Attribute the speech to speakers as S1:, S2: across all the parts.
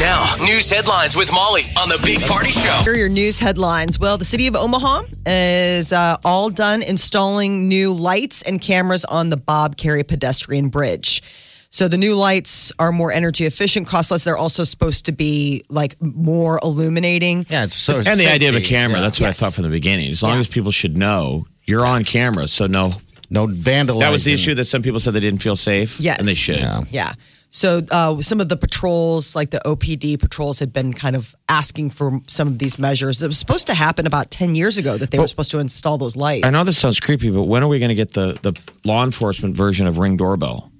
S1: Now, news headlines with Molly on the Big Party Show.
S2: Here are your news headlines. Well, the city of Omaha is uh, all done installing new lights and cameras on the Bob Carey pedestrian bridge. So the new lights are more energy efficient, cost less. They're also supposed to be like more illuminating.
S3: Yeah, it's so.
S4: And the idea of a camera,
S3: yeah.
S4: that's what
S2: Yes.
S4: I thought from the beginning. As long as people should know you're on camera, so no.
S3: no vandalism.
S4: That was the issue that some people said they didn't feel safe.
S2: Yes.
S4: And they should.
S3: Yeah.
S2: Yeah. So uh, some of the patrols, like the OPD patrols, had been kind of asking for some of these measures. It was supposed to happen about ten years ago that they were supposed to install those lights.
S4: I know this sounds creepy, but when are we going to get the, the law enforcement version of Ring Doorbell?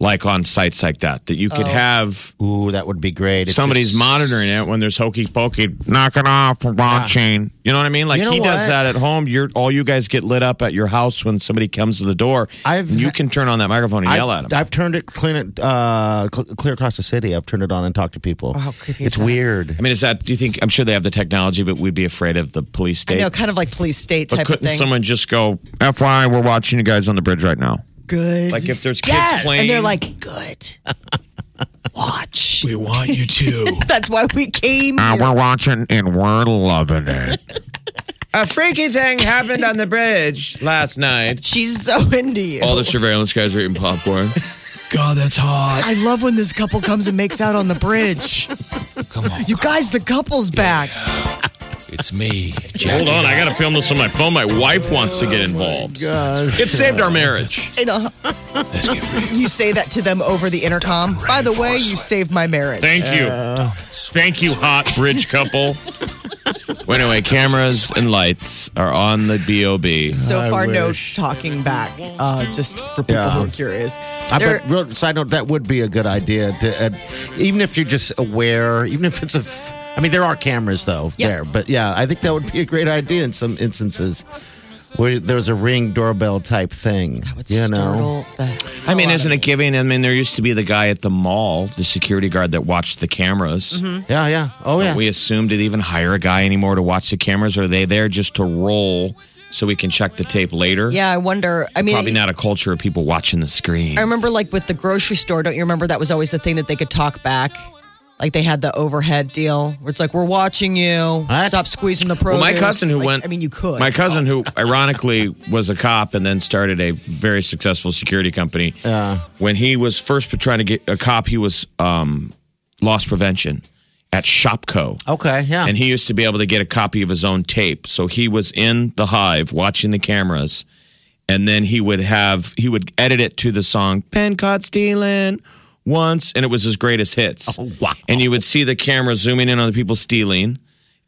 S4: Like on sites like that, that you could have
S3: Ooh, that would be great. Oh. It's
S4: somebody's
S3: just-
S4: monitoring it when there's hokey pokey, knock it off, blockchain. You know what I mean? Like
S3: You know
S4: he does
S3: what?
S4: that at home. You're all you guys get lit up at your house when somebody comes to the door.
S3: I've-
S4: you can turn on that microphone and
S3: I've,
S4: yell at him.
S3: I've turned it clean it uh, cl- clear across the city. I've turned it on and talked to people.
S2: Oh, how creepy
S3: It's
S2: is that?
S3: weird.
S4: I mean, is that? Do you think? I'm sure they have the technology, but we'd be afraid of the police
S2: You
S4: state.
S2: know, kind of like police state
S4: but
S2: type of
S4: couldn't
S2: thing.
S4: someone just go, "FYI, we're watching you guys on the bridge right now"?
S2: good.
S4: Like if there's kids playing,
S2: and they're like, good. Watch.
S1: We want you to.
S2: That's why we came.
S4: "Uh,
S2: Here.
S4: "We're watching and we're loving it." A freaky thing happened on the bridge last night.
S2: She's so into you.
S4: All the surveillance guys are eating popcorn.
S1: God, that's hot.
S2: I love when this couple comes and makes out on the bridge.
S1: Come on.
S2: You guys, the couple's back.
S1: It's me.
S4: Hold on, I gotta film this on my phone. My wife wants to get
S2: Oh
S4: involved. It saved our marriage.
S2: You, know,
S1: Let's get real.
S2: you say that to them over the intercom. By the way, you saved my marriage.
S4: Thank you, thank you, hot bridge couple. Well, anyway, cameras and lights are on the bob.
S2: so
S3: I
S2: far, no
S3: wish.
S2: talking back, uh, just for people
S3: Yeah.
S2: who are curious.
S3: I
S2: There-
S3: bet, real side note, that would be a good idea. To, uh, even if you're just aware, even if it's a, f- I mean, there are cameras though
S2: Yeah.
S3: there, but yeah, I think that would be a great idea in some instances where there's a ring doorbell type thing.
S2: I would
S3: you know,
S2: startle the
S4: I mean,
S2: hell out
S4: isn't
S2: of
S4: it giving? I mean, there used to be the guy at the mall, the security guard that watched the cameras.
S2: Mm-hmm.
S3: yeah, yeah, oh yeah.
S4: Don't we assume did they even hire a guy anymore to watch the cameras? Or are they there just to roll so we can check the tape later?
S2: Yeah, I wonder. I mean,
S4: Probably not a culture of people watching the screen.
S2: I remember like with the grocery store, don't you remember that was always the thing that they could talk back? Like they had the overhead deal where it's like, we're watching you.
S3: What?
S2: Stop squeezing the
S4: Well,
S2: produce.
S4: my cousin who
S2: Like,
S4: went.
S2: I mean, you could.
S4: My cousin who, ironically, was a cop and then started a very successful security company. when he was first trying to get a cop, he was um, loss prevention at Shopco.
S3: okay, yeah.
S4: And he used to be able to get a copy of his own tape. So he was in the hive watching the cameras. And then he would have, he would edit it to the song, Pen Caught Stealing once. And it was his greatest hits.
S3: Oh, wow.
S4: And you would see the camera zooming in on the people stealing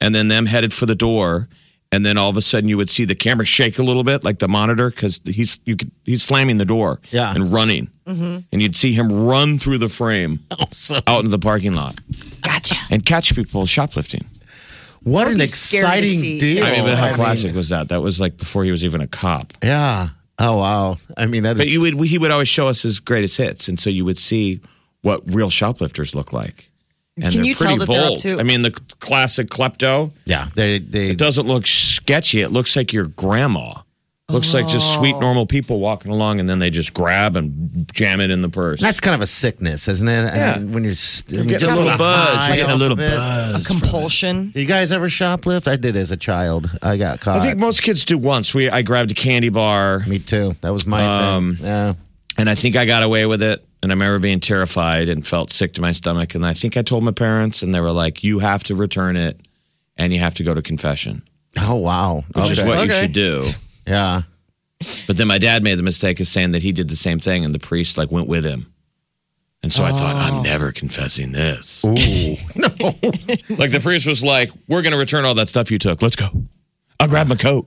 S4: and then them headed for the door. And then all of a sudden you would see the camera shake a little bit, like the monitor, because he's, you could, he's slamming the door
S3: Yeah. Mm-hmm.
S4: and running. And you'd see him run through the frame
S3: So-
S4: out into the parking lot
S2: Gotcha.
S4: and catch people shoplifting.
S3: what an
S2: be scared to
S3: exciting
S2: see.
S3: deal!
S4: I mean, but how
S3: I mean,
S4: classic was that? That was like before he was even a cop.
S3: yeah. Oh wow. I mean, that is
S4: But you would he would always show us his greatest hits, and so you would see what real shoplifters look like. And
S2: Can
S4: they're
S2: you tell
S4: pretty
S2: that they're up
S4: bold.
S2: to-
S4: I mean, the classic klepto
S3: yeah. They they
S4: it doesn't look sketchy. It looks like your grandma. Looks like just
S2: Oh.
S4: sweet normal people walking along, and then they just grab and jam it in the purse.
S3: That's kind of a sickness, isn't it? I
S4: Yeah.
S3: mean, when you're st- I mean,
S4: You're getting
S3: just
S4: a little
S3: the
S4: buzz.
S3: high
S4: You're getting a
S3: off
S4: little
S3: of it.
S2: A compulsion.
S3: You guys ever shoplift? I did as a child. I got caught.
S4: I think most kids do once. We I grabbed a candy bar.
S3: Me too. That was my
S4: Um,
S3: thing. Yeah.
S4: And I think I got away with it. And I remember being terrified and felt sick to my stomach. And I think I told my parents, and they were like, You have to return it and you have to go to confession,
S3: Oh wow.
S4: which is
S3: Okay.
S4: what you
S2: Okay.
S4: should do.
S3: Yeah.
S4: But then my dad made the mistake of saying that he did the same thing, and the priest like went with him. And so I thought,
S3: Oh.
S4: I'm never confessing this. no. like the priest was like, We're going to return all that stuff you took. Let's go. I'll grab my coat.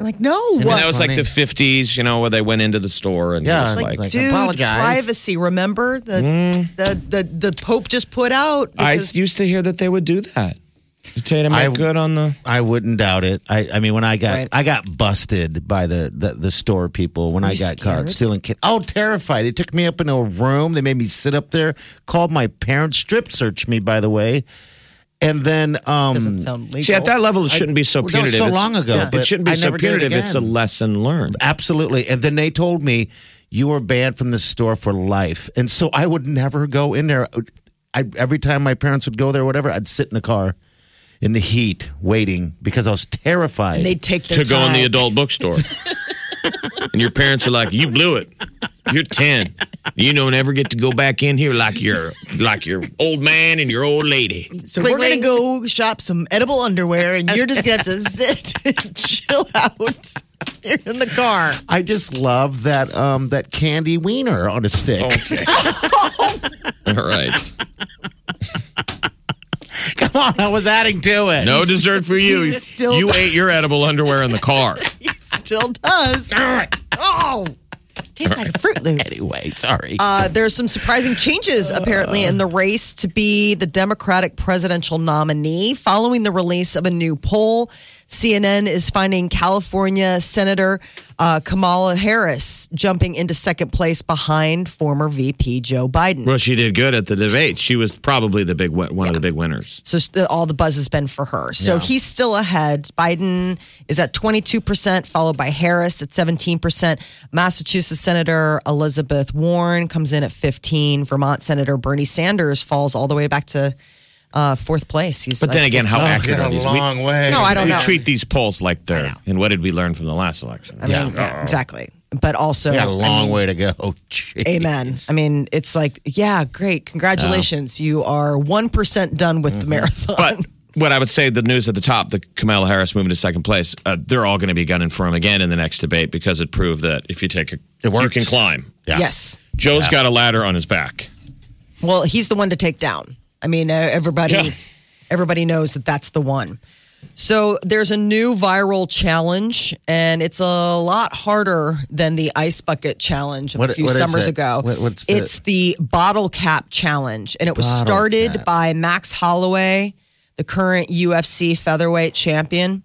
S2: Like, no.
S4: I mean, that was like
S3: Funny.
S4: the 50s, you know, where they went into the store and it
S3: Yeah,
S4: was
S3: like-
S4: like, Mm.
S3: like-
S2: Dude,
S3: apologize.
S2: privacy. Remember the, the the the Pope just put out.
S4: I
S2: because-
S4: used to hear that they would do that. You tell you to make
S3: I-
S4: good on the.
S3: I wouldn't doubt it. I, I mean, when I got
S2: Right.
S3: I got busted by the the, the store people when I
S2: you
S3: got
S2: scared?
S3: caught stealing. Kid- oh, terrified! They took me up into a room. They made me sit up there. Called my parents. Strip searched me, by the way. And then, um,
S2: doesn't sound legal.
S4: See, at that level, it shouldn't be so
S3: Well, that was
S4: punitive.
S3: so
S4: It's-
S3: long ago,
S4: It
S3: but
S4: shouldn't be
S3: I
S4: so
S3: never did it
S4: punitive. It's a
S3: again.
S4: lesson learned.
S3: absolutely. And then they told me you were banned from the store for life. And so I would never go in there. I, every time my parents would go there, or whatever, I'd sit in the car in the heat waiting because I was terrified.
S2: they take their
S4: to go in the
S2: time.
S4: adult bookstore. and your parents are like, "You blew it. You're 10. You don't ever get to go back in here like your like your old man and your old lady."
S2: So we're gonna go shop some edible underwear, and you're just gonna have to sit and chill out. You're in the car.
S3: I just love that um, that candy wiener on a stick.
S4: All right.
S3: Come on, I was adding to it.
S4: No dessert for you.
S2: He's still-
S4: you ate your edible underwear in the car.
S2: He still does. Oh, tastes like Fruit Loops.
S3: Anyway, sorry.
S2: Uh, there are some surprising changes apparently in the race to be the Democratic presidential nominee following the release of a new poll. CNN is finding California Senator uh, Kamala Harris jumping into second place behind former VP Joe Biden.
S4: Well, she did good at the debate. She was probably the big win- one of the big winners.
S2: So the, all the buzz has been for her. So he's still ahead. Biden is at 22%, followed by Harris at 17%. Massachusetts Senator Elizabeth Warren comes in at 15. Vermont Senator Bernie Sanders falls all the way back to uh, fourth place. He's
S4: But then
S2: at
S4: again, how
S3: Oh,
S4: accurate
S3: yeah,
S4: are these? We,
S3: way.
S2: No, I don't
S4: we
S2: know.
S4: treat these polls like they're. And what did we learn from the last election?
S2: I mean, yeah, exactly. But also,
S3: We got a long
S2: I mean,
S3: way to go. Jeez.
S2: Amen. I mean, it's like, yeah, great. Congratulations. You are 1% done with the marathon.
S4: Mm-hmm. But what I would say, the news at the top, the Kamala Harris moving to second place, uh, they're all going to be gunning for him again in the next debate because it proved that if you take a,
S3: It
S4: you
S3: works.
S4: can climb.
S3: Yeah.
S2: yes.
S4: Joe's got a ladder on his back.
S2: Well, he's the one to take down. I mean, uh, everybody,
S4: Yeah.
S2: everybody knows that that's the one. So there's a new viral challenge, and it's a lot harder than the ice bucket challenge of a
S3: What-
S2: few
S3: what is
S2: summers
S3: it?
S2: ago.
S3: What- what's the-
S2: it's the bottle cap challenge, and it was
S3: Bottle
S2: started
S3: cap.
S2: by Max Holloway, the current UFC featherweight champion.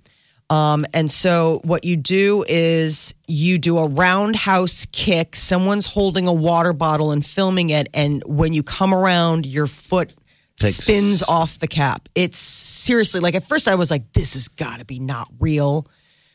S2: Um, and so what you do is you do a roundhouse kick. Someone's holding a water bottle and filming it, and when you come around, your foot
S3: Takes-
S2: spins off the cap. It's seriously like at first I was like, this has got to be not real.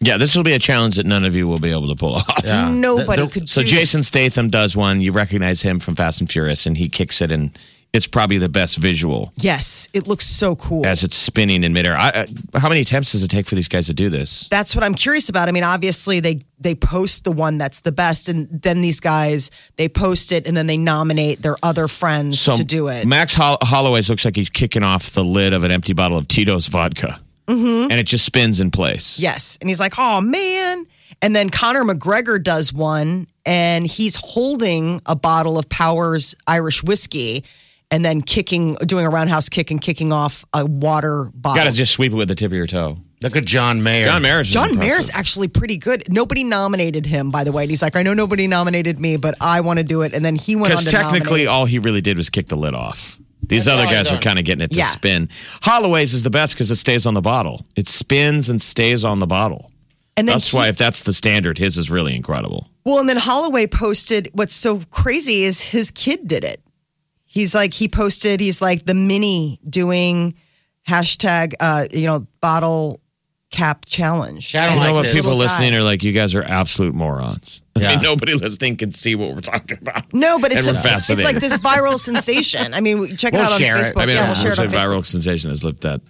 S4: Yeah, this will be a challenge that none of you will be able to pull off.
S3: Yeah.
S2: Nobody
S3: The- the-
S2: could
S4: So
S2: do
S4: Jason Statham does one. You recognize him from Fast and Furious, and he kicks it, and it's probably the best visual
S2: Yes, it looks so cool.
S4: as it's spinning in midair. I, I, how many attempts does it take for these guys to do this?
S2: that's what I'm curious about. I mean, obviously they they post the one that's the best, and then these guys they post it, and then they nominate their other friends
S4: So
S2: to do it.
S4: Max Hol- Holloway's looks like he's kicking off the lid of an empty bottle of Tito's vodka, mm-hmm. and it just spins in place.
S2: Yes. And he's like, oh, man. And then Conor McGregor does one and he's holding a bottle of Powers Irish whiskey and then kicking, doing a roundhouse kick and kicking off a water bottle.
S4: Got to just sweep it with the tip of your toe.
S3: Look at John Mayer.
S4: John Mayer's is
S2: John
S4: impressive.
S2: Mayer's actually pretty good. Nobody nominated him, by the way. And he's like, I know nobody nominated me, but I want to do it. And then he went on
S4: Because
S2: to
S4: technically,
S2: nominate-
S4: all he really did was kick the lid off. These other guys are kind of getting it to
S2: Yeah.
S4: spin. Holloway's is the best because it stays on the bottle. It spins and stays on the bottle.
S2: and then
S4: That's
S2: he-
S4: why, if that's the standard, his is really incredible.
S2: Well, and then Holloway posted what's so crazy is his kid did it. He's like, he posted, he's like the mini doing hashtag, uh, you know, bottle cap challenge.
S3: I
S4: I
S3: don't
S4: know
S3: like
S4: what
S3: this.
S4: people
S2: Little
S4: listening
S2: guy.
S4: are like, you guys are absolute morons. I
S3: Yeah.
S4: mean, nobody listening can see what we're talking about.
S2: No, but it's,
S4: And we're
S2: it's
S4: fascinated.
S2: like this viral sensation. I mean, check it
S3: We'll
S2: out on
S3: share it.
S2: Facebook.
S4: I mean,
S2: yeah, we'll
S4: I'm
S2: share it on
S4: sure
S2: Facebook.
S4: viral sensation has let that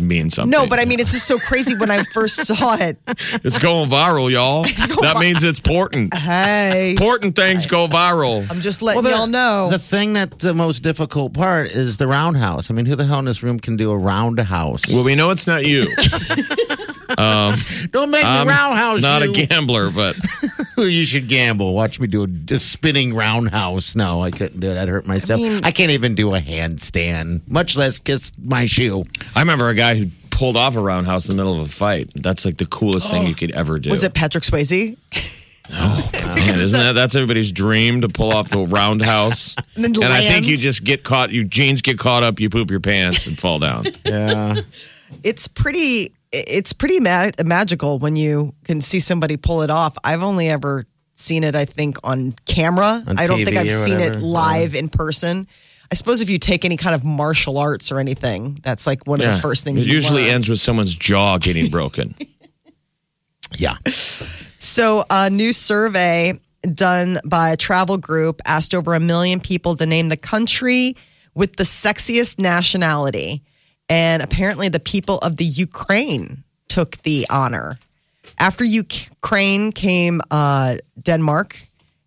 S4: mean something.
S2: No, but I mean, it's just so crazy when I first saw it.
S4: it's going viral, y'all. that means it's important.
S2: Hey,
S4: Important things go viral.
S2: Uh, I'm just letting
S3: the-
S2: y'all know.
S3: The thing that's the most difficult part is the roundhouse. I mean, who the hell in this room can do a roundhouse?
S4: Well, we know it's not you.
S3: don't make
S4: I'm
S3: me roundhouse.
S4: Not
S3: you.
S4: a gambler, but
S3: you should gamble. Watch me do a, a spinning roundhouse. No, I couldn't do it. I'd hurt myself. I, can't even do a handstand, much less kiss my shoe.
S4: I remember a guy who pulled off a roundhouse in the middle of a fight. That's like the coolest thing you could ever do.
S2: Oh. Was it Patrick Swayze?
S4: Man, isn't that that's everybody's dream to pull off the roundhouse?
S2: And then
S4: I think
S2: land.
S4: you just get caught. You jeans get caught up. You poop your pants and fall down.
S3: Yeah.
S2: It's pretty. It's pretty ma- magical when you can see somebody pull it off. I've only ever seen it, I think, on camera.
S3: On
S2: I don't think
S3: TV
S2: I've
S3: or
S2: seen it
S3: whatever.
S2: live in person. I suppose if you take any kind of martial arts or anything, that's like one of the first things.
S4: It
S2: you
S4: usually
S2: learn.
S4: ends with someone's jaw getting broken.
S3: Yeah.
S2: So, a new survey done by a travel group asked over a million people to name the country with the sexiest nationality. And apparently, the people of the Ukraine took the honor. After Ukraine came uh, Denmark.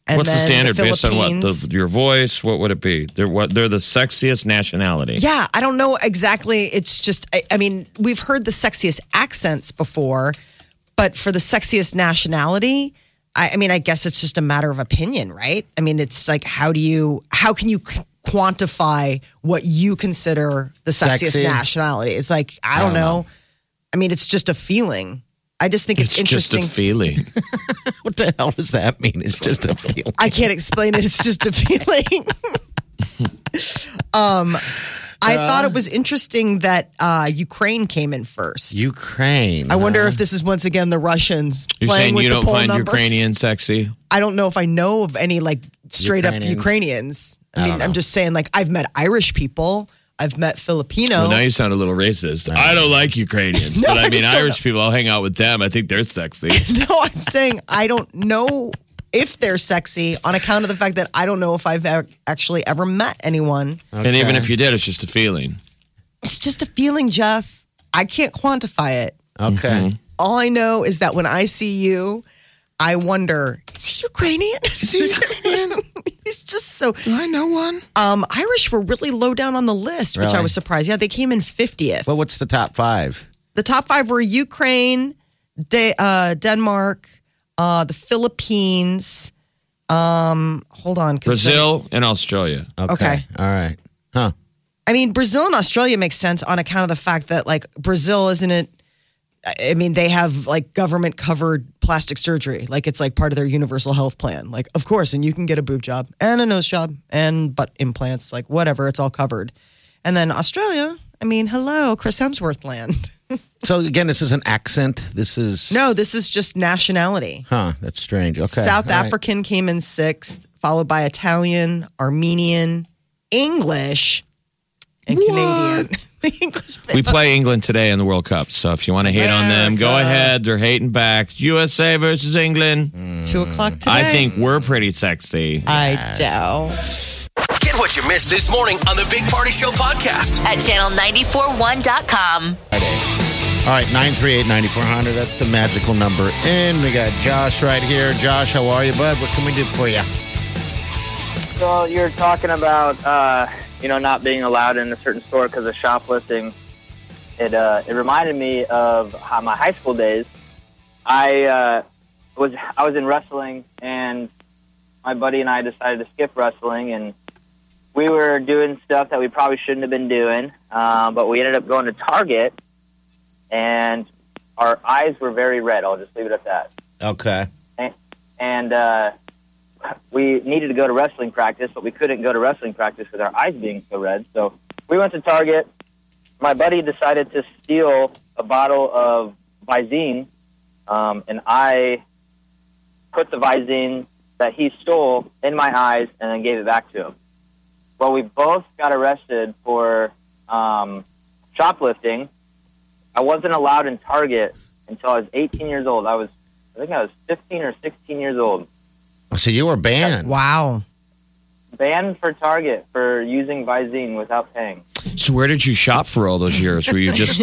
S2: And
S4: What's the
S2: then
S4: standard based on what?
S2: Philippines.
S4: The, your voice? What would it be? They're what? They're the sexiest nationality.
S2: Yeah, I don't know exactly. It's just, I, I mean, we've heard the sexiest accents before, but for the sexiest nationality, I, I mean, I guess it's just a matter of opinion, right? I mean, it's like, how do you, how can you qu- quantify what you consider the sexiest
S3: Sexy.
S2: nationality? It's like, I don't, know. I mean, it's just a feeling. I just think it's,
S4: It's just
S2: interesting.
S4: a feeling.
S3: What the hell does that mean? It's just a feel.
S2: I can't explain it. It's just a feeling. um, I thought it was interesting that uh, Ukraine came in first.
S3: Ukraine.
S2: I wonder if this is once again the Russians
S4: You're
S2: playing
S4: saying
S2: with
S4: you
S2: the
S4: don't
S2: poll
S4: find
S2: numbers.
S4: Ukrainian sexy?
S2: I don't know if I know of any like straight up Ukrainians. I, mean, I'm just saying like I've met Irish people, I've met Filipino.
S4: Well, now you sound a little racist. I don't like Ukrainians,
S2: No,
S4: but
S2: I
S4: I mean
S2: just don't
S4: Irish people. I'll hang out with them. I think they're sexy.
S2: no, I'm saying I don't know if they're sexy on account of the fact that I don't know if I've ever, actually ever met anyone.
S4: And even if you did, it's just a feeling.
S2: It's just a feeling, Jeff. I can't quantify it.
S3: Okay.
S4: Mm-hmm.
S2: All I know is that when I see you, I wonder, is he Ukrainian? Is he Ukrainian? He's just so.
S5: I know one.
S2: Um, Irish were really low down on the list, which I
S3: Really?
S2: was surprised. Yeah, they came in 50th.
S3: Well, what's the top five?
S2: the top five were Ukraine, De- uh, Denmark, uh, the Philippines. Um, hold on. 'cause-
S4: Brazil and Australia.
S2: Okay.
S3: All right. Huh.
S2: I mean, Brazil and Australia makes sense on account of the fact that, like, Brazil isn't it? I mean, they have like government covered plastic surgery. Like, it's like part of their universal health plan. Like, of course, and you can get a boob job and a nose job and butt implants, like, whatever, it's all covered. And then Australia, I mean, hello, Chris Hemsworth land.
S3: So again, this is an accent. This is
S2: No, this is just nationality.
S3: Huh. That's strange. Okay.
S2: South
S3: All right.
S2: African came in sixth, followed by Italian, Armenian, English, and Canadian. The English
S4: We play England today in the World Cup. So if you want to hate on them, go ahead. They're hating back. USA versus England.
S2: two o'clock today.
S4: Mm. I think we're pretty sexy.
S2: I do.
S1: Get what you missed this morning on the Big Party Show podcast.
S6: at channel941.com.
S3: All right. Nine three eight ninety four hundred. That's the magical number. And we got Josh right here. Josh, how are you, bud? What can we do for you?
S7: So you're talking about uh, you know not being allowed in a certain store because of shoplifting. It uh, it reminded me of how my high school days. I uh, was I was in wrestling, and my buddy and I decided to skip wrestling, and we were doing stuff that we probably shouldn't have been doing. Uh, but we ended up going to Target, and our eyes were very red. I'll just leave it at that
S3: Okay.
S7: and uh, we needed to go to wrestling practice, but we couldn't go to wrestling practice with our eyes being so red. So we went to Target. My buddy decided to steal a bottle of Visine, um, and I put the Visine that he stole in my eyes and then gave it back to him. Well, we both got arrested for um, shoplifting. I wasn't allowed in Target until I was 18 years old. I was I think I was 15 or 16 years old.
S3: So Oh, you were banned.
S2: Wow.
S7: Banned for Target for using Visine without paying.
S4: So where did you shop for all those years? Were you just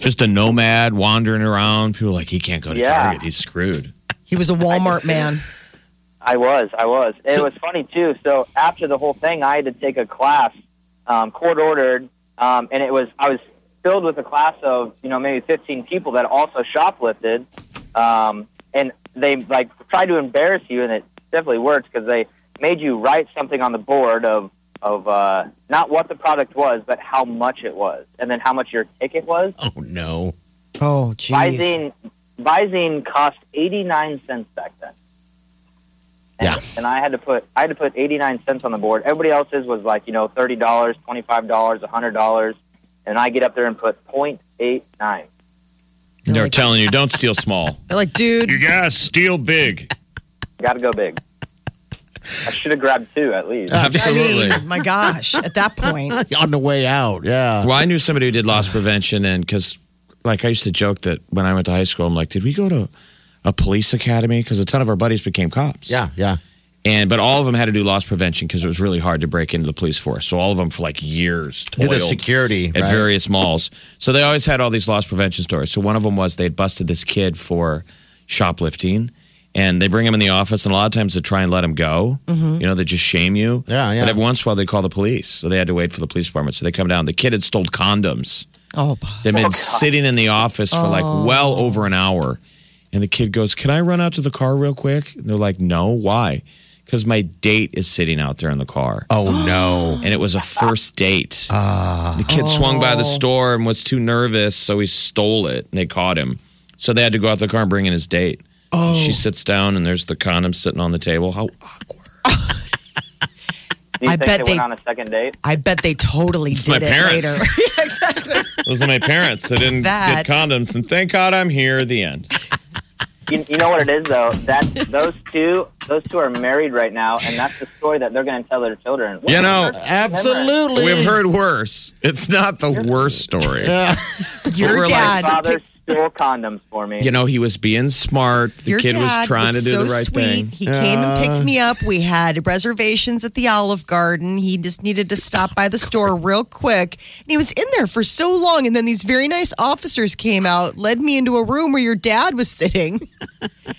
S4: just a nomad wandering around? People were like he can't go to
S7: Yeah.
S4: Target. He's screwed.
S2: He was a Walmart man.
S7: I was, I was. It was funny too. So after the whole thing, I had to take a class, um, court ordered, um, and it was I was filled with a class of you know maybe 15 people that also shoplifted, um, and they like tried to embarrass you, and it definitely worked because they made you write something on the board of of uh, not what the product was, but how much it was, and then how much your ticket was.
S3: Oh no.
S2: Oh, jeez.
S7: Visine, Visine cost eighty nine cents back then. And,
S3: Yeah.
S7: and I had to put I had to put eighty nine cents on the board. Everybody else's was like you know thirty dollars, twenty five dollars, hundred dollars, and I get up there and put point eight nine.
S4: They're telling you, don't steal small.
S2: They're like, dude,
S4: gotta steal big.
S7: Got to go big. I should have grabbed two at least.
S4: Uh,
S2: I
S4: Absolutely.
S2: mean, my gosh, at that point,
S3: On the way out, yeah.
S4: Well, I knew somebody who did loss prevention, and because, like, I used to joke that when I went to high school, I'm like, did we go to a police academy? Because a ton of our buddies became cops.
S3: Yeah, yeah.
S4: And but all of them had to do loss prevention because it was really hard to break into the police force. So all of them for like years
S3: Do
S4: toiled
S3: the security.
S4: at
S3: right?
S4: various malls. So they always had all these loss prevention stories. So one of them was they had busted this kid for shoplifting. And they bring him in the office, and a lot of times they try and let him go. You know, they just shame you.
S3: Mm-hmm. Yeah, yeah.
S4: But every once in a while, they call the police. So they had to wait for the police department. So they come down. The kid had stole condoms.
S2: oh,
S4: They've been sitting in the office for like
S3: Oh.
S4: well over an hour. And the kid goes, Can I run out to the car real quick? And they're like, No, why? Because my date is sitting out there in the car.
S3: oh no.
S4: And it was a first date. the kid swung by
S2: Oh.
S4: the store and was too nervous, so he stole it and they caught him. So they had to go out to the car and bring in his date. Oh. She sits down and there's the condom sitting on the table. How awkward.
S7: Do you
S2: I
S7: think
S2: bet
S7: they
S2: they-
S7: went on a second date?
S2: I bet they totally
S4: It's
S2: did
S4: my
S2: it
S4: parents.
S2: later. Yeah, exactly.
S4: Those are my parents. They didn't
S2: That-
S4: get condoms. And thank God I'm here at the end.
S7: You, you know what it is though that those two those two are married right now, and that's the story that they're going to tell their children.
S4: You know,
S3: Absolutely.
S4: We've heard worse. It's not the worst story.
S3: Yeah.
S2: Your
S4: we're
S7: my
S2: dad,
S7: father stole condoms for me.
S4: You know, he was being smart. The
S2: your
S4: kid
S2: dad
S4: was trying to do
S2: so
S4: the right
S2: sweet.
S4: thing. Uh.
S2: He came and picked me up. We had reservations at the Olive Garden. He just needed to stop by the store real quick, and he was in there for so long. And then these very nice officers came out, led me into a room where your dad was sitting.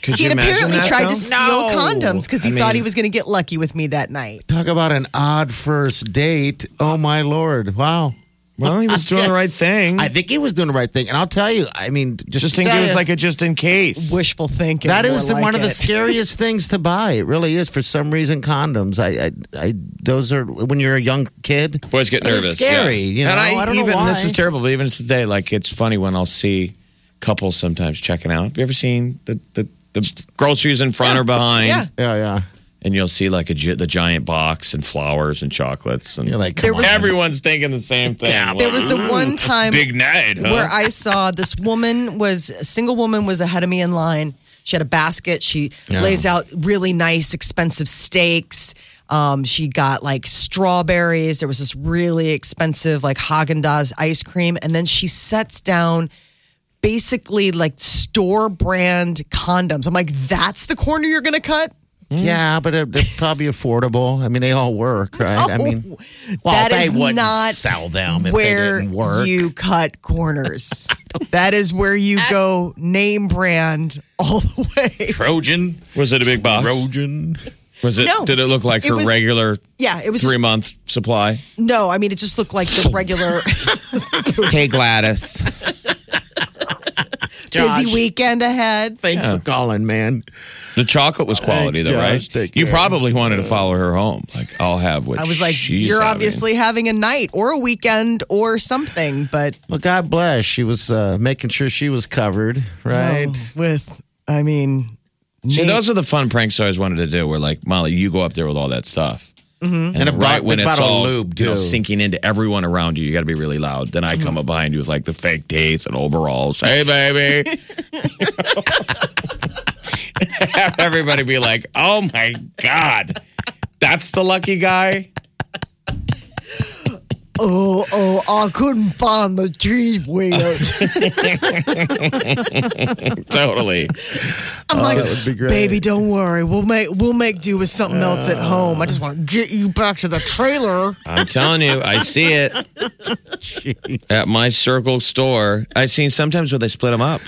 S4: Could
S2: He
S4: you
S2: had
S4: imagine
S2: apparently
S4: that,
S2: tried
S4: though?
S2: to steal condoms because he
S4: I
S2: thought he
S4: mean-
S2: was going to get lucky with me that night.
S3: Talk about an odd first date. Oh my lord. Wow.
S4: Well, he was doing the right thing.
S3: I think he was doing the right thing. And I'll tell you, I mean, just,
S4: just think
S3: tell
S4: it was
S3: you,
S4: like a just in case.
S2: Wishful thinking.
S3: that
S2: more
S3: is the,
S2: like
S3: one of the
S2: it.
S3: scariest things to buy. It really is. For some reason, condoms. I, I, I those are when you're a young kid.
S4: Boys get
S3: It's
S4: nervous.
S3: scary,
S4: yeah.
S3: you know,
S4: and I,
S3: I don't know
S4: even this
S3: why.
S4: is terrible, but even today, like it's funny when I'll see couples sometimes checking out. Have you ever seen the the, the groceries in front or behind?
S2: Yeah.
S3: Yeah, yeah.
S4: And you'll see like a gi- the giant box and flowers and chocolates and
S3: You're like,
S2: There
S3: come
S2: was-
S3: on.
S4: everyone's thinking the same thing.
S2: There was the one time
S4: big night. huh?
S2: where I saw this woman was a single woman was ahead of me in line. She had a basket. She lays out really nice, expensive steaks. Um, she got like strawberries. There was this really expensive like Haagen Dazs ice cream, and then she sets down basically like store brand condoms. I'm like, that's the corner you're gonna cut.
S3: yeah, but they're, they're probably affordable. I mean, they all work, right? I mean, well,
S2: Oh, that
S3: they
S2: is
S3: wouldn't
S2: not
S3: sell them if
S2: where
S3: they didn't work.
S2: you cut corners. that is where you go name brand all the way.
S4: Trojan was it a big box?
S3: Trojan.
S4: Was it?
S2: No.
S4: Did it look like
S2: It
S4: her
S2: was-
S4: regular
S2: Yeah, it was
S4: three
S2: just,
S4: month supply?
S2: no. I mean, it just looked like the regular
S4: Hey Gladys,
S2: busy weekend ahead.
S3: Thanks for calling, man.
S4: the chocolate was quality though,
S3: Thanks, Josh.
S4: right?
S3: Take
S4: You
S3: care.
S4: probably wanted to follow her home. Like I'll have what
S2: I was like,
S4: she's
S2: you're
S4: having."
S2: obviously having a night or a weekend or something, but
S3: Well, God bless. She was uh, making sure she was covered, right?
S2: oh, with I mean,
S4: See,
S2: Nate-
S4: those are the fun pranks I always wanted to do. Where like Molly, you go up there with all that stuff, mm-hmm. and, then
S3: a
S4: right
S3: big
S4: when it's
S3: bottle of
S4: all
S3: lube,
S4: you know
S3: too.
S4: sinking into everyone around you, you got to be really loud. Then I
S2: Mm-hmm.
S4: come up behind you with like the fake teeth and overalls. Hey, baby. Have Everybody be like, "Oh my god, that's the lucky guy."
S2: oh oh, I couldn't find the cheese
S3: Oh,
S2: wheels.
S4: Totally.
S2: I'm like,
S3: would be great.
S2: baby, don't worry, we'll make we'll make do with something else at home. I just want to get you back to the trailer.
S4: I'm telling you, I see it at my circle store. I've seen sometimes where they split them up.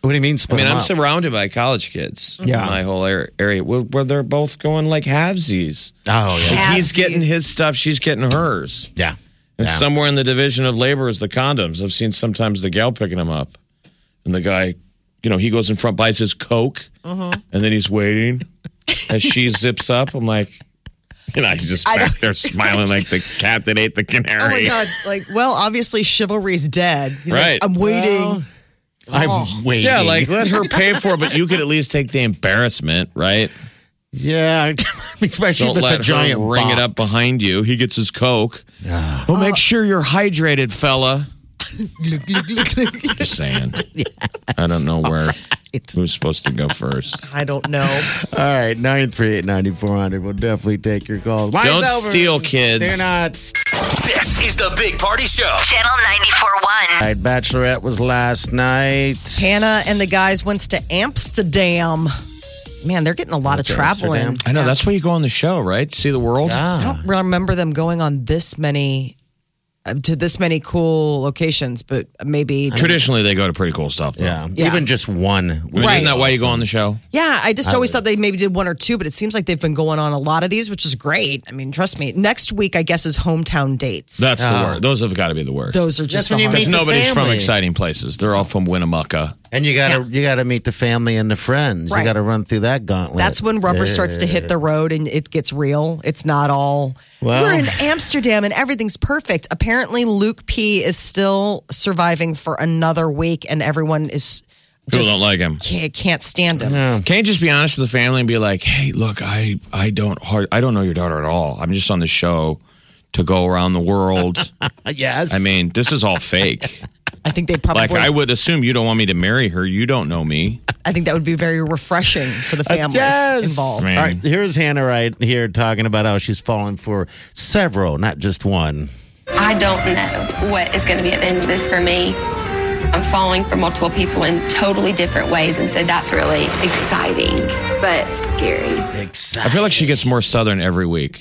S3: What do you mean?
S4: I
S3: Split
S4: mean,
S3: 'em
S4: I'm
S3: up?
S4: surrounded by college kids. Yeah, my whole ar- area where, where they're both going like halvesies.
S3: Oh yeah,
S4: Like, he's
S2: Halvesies.
S4: getting his stuff, she's getting hers.
S3: yeah.
S4: And
S3: Yeah.
S4: somewhere in the division of labor is the condoms. I've seen sometimes the gal picking them up, and the guy, you know, he goes in front, buys
S2: Uh-huh.
S4: his coke, and then he's waiting as she zips up. I'm like, And I just
S2: I
S4: back
S2: don't-
S4: there smiling like the cat that ate the
S2: Oh my
S4: canary.
S2: god! Like, well, obviously chivalry's dead. He's like,
S4: Right.
S2: I'm waiting. Oh.
S3: I'm waiting.
S4: yeah, like let her pay for it, but you could at least take the embarrassment, right?
S3: yeah, especially
S4: Don't
S3: if it's
S4: let
S3: a giant
S4: her ring it up
S3: box.
S4: behind you. He gets his coke. Oh, make
S3: Uh,
S4: sure you're hydrated, fella. Just saying. I don't know where who's supposed to go first.
S2: I don't know.
S3: All right, 938 9400. We'll definitely take your calls. Mine's
S4: Don't
S3: over.
S4: steal, kids.
S3: Do not.
S1: This is the Big Party Show.
S6: Channel 94.1.
S3: All right, Bachelorette was last night.
S2: Hannah and the guys went to Amsterdam. Man, they're getting a lot of travel in.
S3: Amsterdam.
S4: I know that's where you go on the show, right? See the world.
S2: I
S3: Ah,
S2: don't remember them going on this many uh, to this many cool locations, but maybe
S4: Traditionally, they go to pretty cool stuff. Though.
S3: yeah.
S2: Yeah.
S3: Even just one.
S4: I mean,
S2: Right.
S4: Isn't that why you go on the show?
S2: yeah. I just always thought they maybe did one or two, but it seems like they've been going on a lot of these, which is great. I mean, trust me. Next week, I guess is hometown dates.
S4: That's the worst. Those have got to be the worst.
S2: Those are just
S3: That's
S2: the
S3: when you
S2: hardest.
S3: meet
S4: Because
S3: the
S4: nobody's from
S3: family.
S4: exciting places. They're all from Winnemucca.
S3: And you gotta you gotta meet the family and the friends.
S2: Right.
S3: You gotta run through that gauntlet.
S2: That's when rubber starts to hit the road and it gets real. It's not all.
S3: Well-
S2: We're in Amsterdam and everything's perfect. Apparently, Luke P is still surviving for another week, and everyone is
S4: People
S2: just
S4: don't like him.
S2: can't, can't stand him.
S4: Can't you just be honest with the family and be like, "Hey, look, I I don't hard, I don't know your daughter at all. I'm just on the show to go around the world.
S3: Uh, yes.
S4: I mean, this is all fake.
S2: I think they probably.
S4: Like, I would assume you don't want me to marry her. You don't know me.
S2: I think that would be very refreshing for
S4: Uh,
S2: the families
S3: Yes.
S2: involved.
S4: Man.
S3: All right, here's Hannah right here talking about how she's fallen for several, not just one.
S8: I don't know what is going to be at the end of this for me. I'm falling for multiple people in totally different ways, and so that's really exciting but scary.
S4: I feel like she gets more southern every week.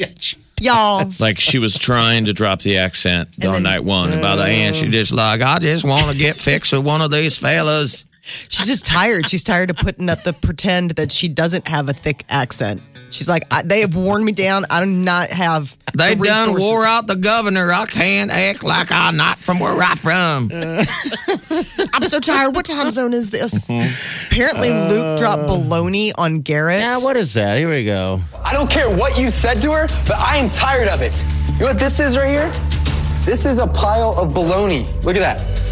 S2: Y'all,
S4: Like she was trying to drop the accent on night one, and by the end she just like, I just want to get fixed with one of these fellas.
S2: she's just tired. She's tired of putting up the pretend that she doesn't have a thick accent. She's like, I, they have worn me down. I do not have.
S4: They
S2: the
S4: done
S2: resources.
S4: wore out the governor. I can't act like I'm not from where I'm from.
S2: I'm so tired. What time zone is this?
S4: Mm-hmm.
S2: Apparently, Luke dropped
S4: Uh,
S2: baloney on Garrett.
S3: Yeah, what is that? Here we go.
S9: I don't care what you said to her, but I am tired of it. You know what this is right here? This is a pile of baloney. Look at that.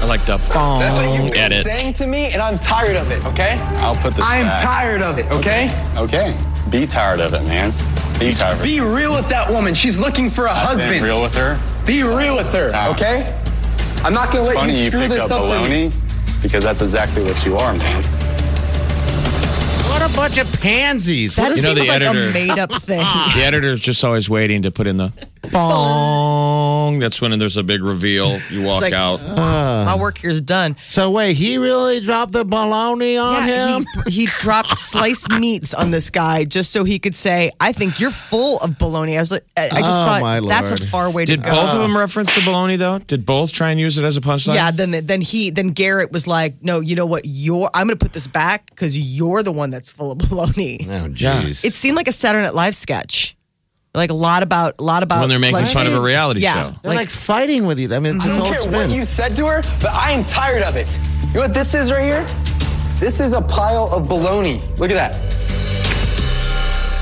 S4: I like the
S9: That's what you've been
S4: edit.
S9: saying to me, and I'm tired of it, okay?
S10: I'll put this.
S9: I am
S10: back.
S9: tired of it, okay?
S10: Okay. Be tired of it, man. Be tired of it.
S9: Be real with that woman. She's looking for a
S10: Being
S9: husband.
S10: real with her.
S9: Be real with her,
S10: Time.
S9: okay? I'm not gonna
S10: It's
S9: let
S10: funny
S9: you
S10: you
S9: screw
S10: picked
S9: this
S10: up
S9: up for me.
S10: baloney because that's exactly what you are, man.
S3: What a bunch of pansies.
S2: that
S3: What is
S4: You know
S2: seems
S4: the
S2: like a
S4: editor.
S2: made up thing.
S4: The editor's just always waiting to put in the bong. That's when there's a big reveal. You walk
S2: like- oh
S4: out.
S2: My work here's done.
S3: so wait, he really dropped the baloney on
S2: Yeah,
S3: him?
S2: he, he dropped sliced meats on this guy just so he could say, "I think you're full of baloney." I was like, I, I just
S3: Oh, my
S2: thought that's a
S3: Lord.
S2: far way
S4: Did
S2: to go.
S4: both of them reference the baloney though? Did both try and use it as a punchline?
S2: yeah, then then he then Garrett was like, "No, you know what? You're I'm going to put this back because you're the one that's full of baloney."
S3: oh jeez.
S2: It seemed like a Saturday Night Live sketch, like a lot about a lot about
S4: When they're making
S2: like-
S4: fun of a reality
S2: yeah,
S4: show.
S3: They're like, fighting with you. I mean, it's
S9: I
S3: just
S9: don't
S3: all
S9: care
S3: it's
S9: what you
S3: been.
S9: said to her, but I am tired of it. You know what this is right here? This is a pile of baloney. Look at that.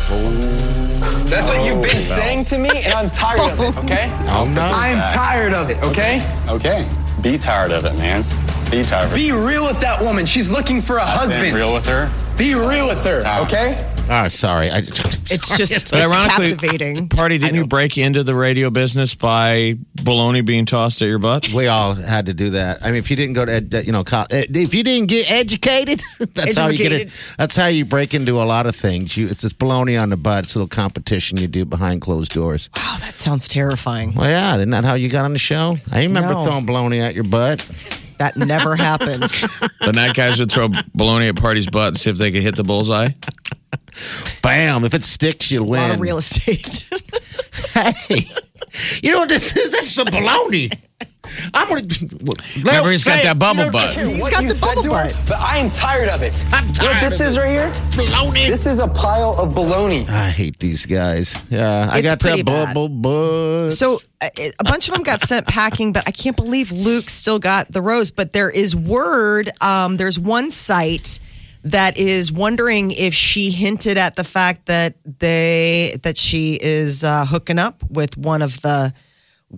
S10: Oh.
S9: That's what you've been saying to me, and I'm tired of it, okay?
S3: Oh, no.
S9: I am tired of it, okay?
S10: Okay. Be tired of it, man. Be tired of it.
S9: Be real with that woman. She's looking for a
S10: Being
S9: husband.
S10: real with her.
S9: Be real with her,
S10: Time.
S9: okay?
S3: Oh, sorry. I,
S2: It's just it's
S4: But ironically-
S2: captivating.
S4: Party, didn't you break into the radio business by baloney being tossed at your butt?
S3: we all had to do that. I mean, if you didn't go to ed, you know, col- eh, if you didn't get educated, that's how you get it.
S2: Educated.
S3: That's how you break into a lot of things. You, it's this baloney on the butt. It's a little competition you do behind closed doors.
S2: Oh, that sounds terrifying.
S3: Well, yeah, isn't that how you got on the show? I remember
S2: No.
S3: throwing baloney at your butt.
S2: That never happened.
S4: The night guys would throw baloney at Party's butt and see if they could hit the bullseye.
S3: Bam! If it sticks, you
S2: A
S3: win.
S2: lot of real estate.
S3: hey, you know what this is? This is a baloney. I'm gonna.
S4: Remember, he's got
S3: Say it.
S4: that bubble
S3: You know,
S4: butt.
S2: He's
S9: What
S2: got
S9: you
S2: the
S9: said
S2: bubble
S9: to her,
S2: butt.
S9: But I am tired of it.
S3: I'm
S9: You know
S3: tired
S9: what
S3: of
S9: this is right here?
S3: Baloney.
S9: This is a pile of baloney.
S3: I hate these guys. Yeah, I
S2: It's
S3: got
S2: pretty
S3: that
S2: bad.
S3: bubble butt.
S2: So uh, a bunch of them got sent packing, but I can't believe Luke still got the rose. But there is word. Um, there's one site that is wondering if she hinted at the fact that they that she is uh, hooking up with one of the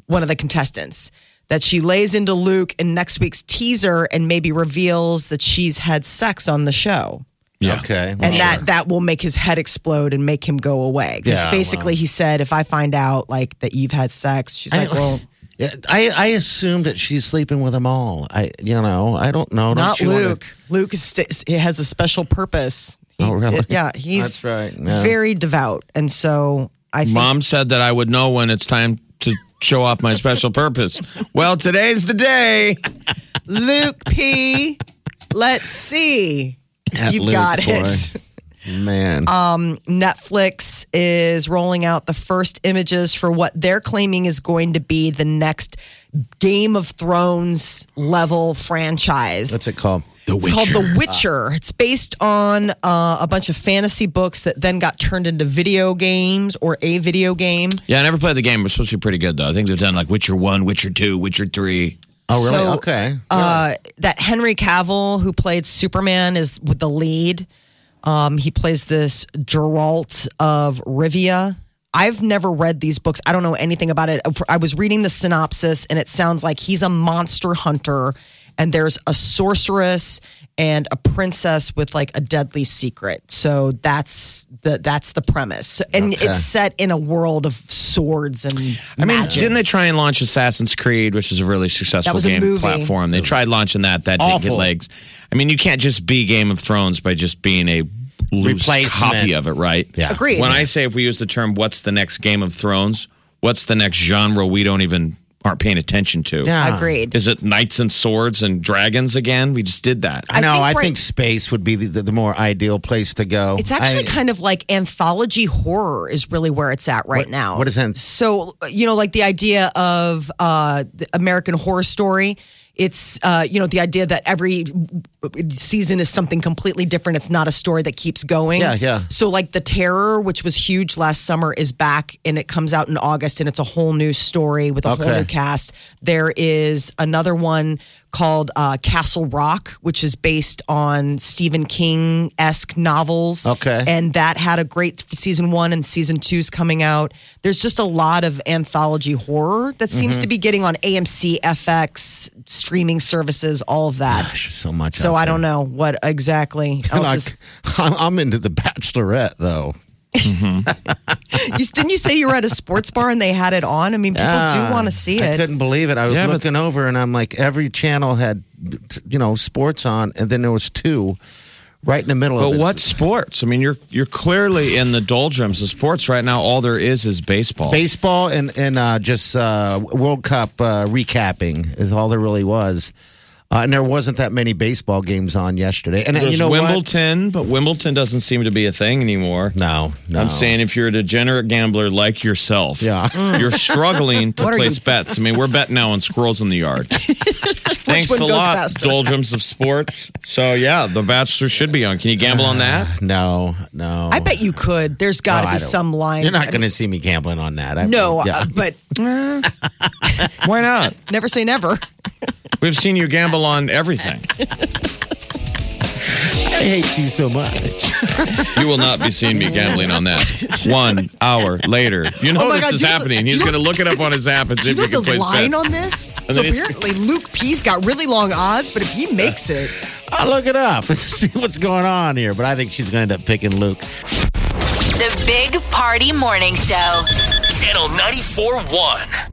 S2: one of the contestants. That she lays into Luke in next week's teaser and maybe reveals that she's had sex on the show
S3: Yeah. Okay.
S2: and that that will make his head explode and make him go away. Because
S3: Yeah,
S2: basically, he said, "If I find out like that you've had sex," she's like, "Well,
S3: Yeah, I I assume that she's sleeping with them all. I you know I don't know. Don't
S2: not
S3: you wanna-
S2: Luke. Luke is st- he has a special purpose. He-
S3: Oh, really?
S2: Yeah, he's
S3: That's right, yeah.
S2: very devout, and so I think
S4: Mom said that I would know when it's time to show off my special purpose. Well, today's the day.
S2: Luke P. Let's see.
S3: That
S2: you
S3: Luke
S2: got
S3: boy.
S2: it.
S3: Man.
S2: Um, Netflix is rolling out the first images for what they're claiming is going to be the next Game of Thrones level franchise.
S3: What's it called? The
S2: It's called The Witcher. It's based on uh, a bunch of fantasy books that then got turned into video games or a video game.
S4: Yeah, I never played the game. It's supposed to be pretty good, though. I think they've done like Witcher 1, Witcher 2, Witcher 3.
S3: Oh, really?
S2: So,
S3: okay.
S2: Uh, that Henry Cavill, who played Superman, is with the lead. Um, he plays this Geralt of Rivia. I've never read these books. I don't know anything about it. I was reading the synopsis, and it sounds like he's a monster hunter, and there's a sorceress and a princess with like a deadly secret. So that's the that's the premise. So- and
S3: Okay.
S2: it's set in a world of swords and
S4: I mean,
S2: magic.
S4: didn't they try and launch Assassin's Creed, which is a really successful
S2: That was a
S4: game
S2: movie.
S4: platform? They tried launching that. That didn't get
S3: Awful.
S4: legs. I mean, you can't just be Game of Thrones by just being a loose
S3: Replacement.
S4: copy of it, right?
S3: Yeah.
S2: Agreed.
S4: When I say if we use the term "What's the next Game of Thrones?" What's the next genre we don't even aren't paying attention to?
S3: Yeah.
S2: Agreed.
S4: Is it knights and swords and dragons again? We just did that.
S3: I know.
S2: think
S3: I
S2: right-
S3: think space would be the, the, the more ideal place to go.
S2: It's actually
S3: I-
S2: kind of like anthology horror is really where it's at right
S3: What-
S2: now.
S3: what is that?
S2: So you know, like the idea of uh, the American Horror Story. It's uh, you know the idea that every season is something completely different. It's not a story that keeps going.
S3: Yeah, yeah.
S2: So like the Terror, which was huge last summer, is back and it comes out in August, and it's a whole new story with a whole
S3: Okay.
S2: new cast. There is another one called uh, Castle Rock, which is based on Stephen King esque novels.
S3: Okay.
S2: And that had a great season one, and season two's coming out. There's just a lot of anthology horror that seems
S3: Mm-hmm.
S2: to be getting on AMC, FX, streaming services, all of that.
S3: Gosh, so much.
S2: so
S3: out
S2: I don't know what exactly
S3: there.
S2: else is.
S3: Like, I'm, I'm into the Bachelorette though.
S2: You, didn't you say you were at a sports bar and they had it on? I mean, people
S3: Yeah.
S2: do want to see
S3: Ah, I
S2: it.
S3: couldn't believe it. I was
S4: Yeah, but-
S3: looking over and I'm like, every channel had, you know, sports on, and then there was two right in the middle of
S4: But
S3: it.
S4: what sports? I mean, you're you're clearly in the doldrums of sports right now. All there is is baseball.
S3: baseball and and uh, just uh, World Cup uh, recapping is all there really was. Uh, and there wasn't that many baseball games on yesterday. And uh,
S4: There's
S3: you know what?
S4: Wimbledon, but Wimbledon doesn't seem to be a thing anymore.
S3: No, no.
S4: I'm saying if you're a degenerate gambler like yourself,
S3: Yeah.
S4: you're struggling to
S2: What are
S4: place bets. I mean, we're betting now on squirrels in the yard. Thanks
S2: one
S4: a
S2: goes
S4: lot,
S2: faster?
S4: doldrums of sports. So yeah, The Bachelor should be on. Can you gamble on that?
S3: no, no.
S2: I bet you could. There's got to
S3: No, I
S2: be
S3: don't-
S2: some lines.
S3: You're
S2: I
S3: not
S2: mean,
S3: going to see me gambling on that. I,
S2: No,
S3: yeah.
S2: uh, but
S4: Why not?
S2: never say never.
S4: We've seen you gamble on everything.
S3: I hate you so much.
S4: You will not be seeing me gambling on that. One hour later, you know
S2: Oh my
S4: this
S2: God,
S4: is
S2: you know
S4: happening.
S2: the-
S4: He's
S2: you
S4: going
S2: know-
S4: to look it up on his app and see
S2: Do you
S4: if
S2: know
S4: he can
S2: the
S4: place
S2: line
S4: bets.
S2: on this?
S4: And
S2: so
S4: then he's-
S2: apparently Luke P's got really long odds, but if he makes it,
S3: I'll look it up and see what's going on here. But I think she's going to end up picking Luke.
S6: The Big Party Morning Show.
S1: Channel 94.1.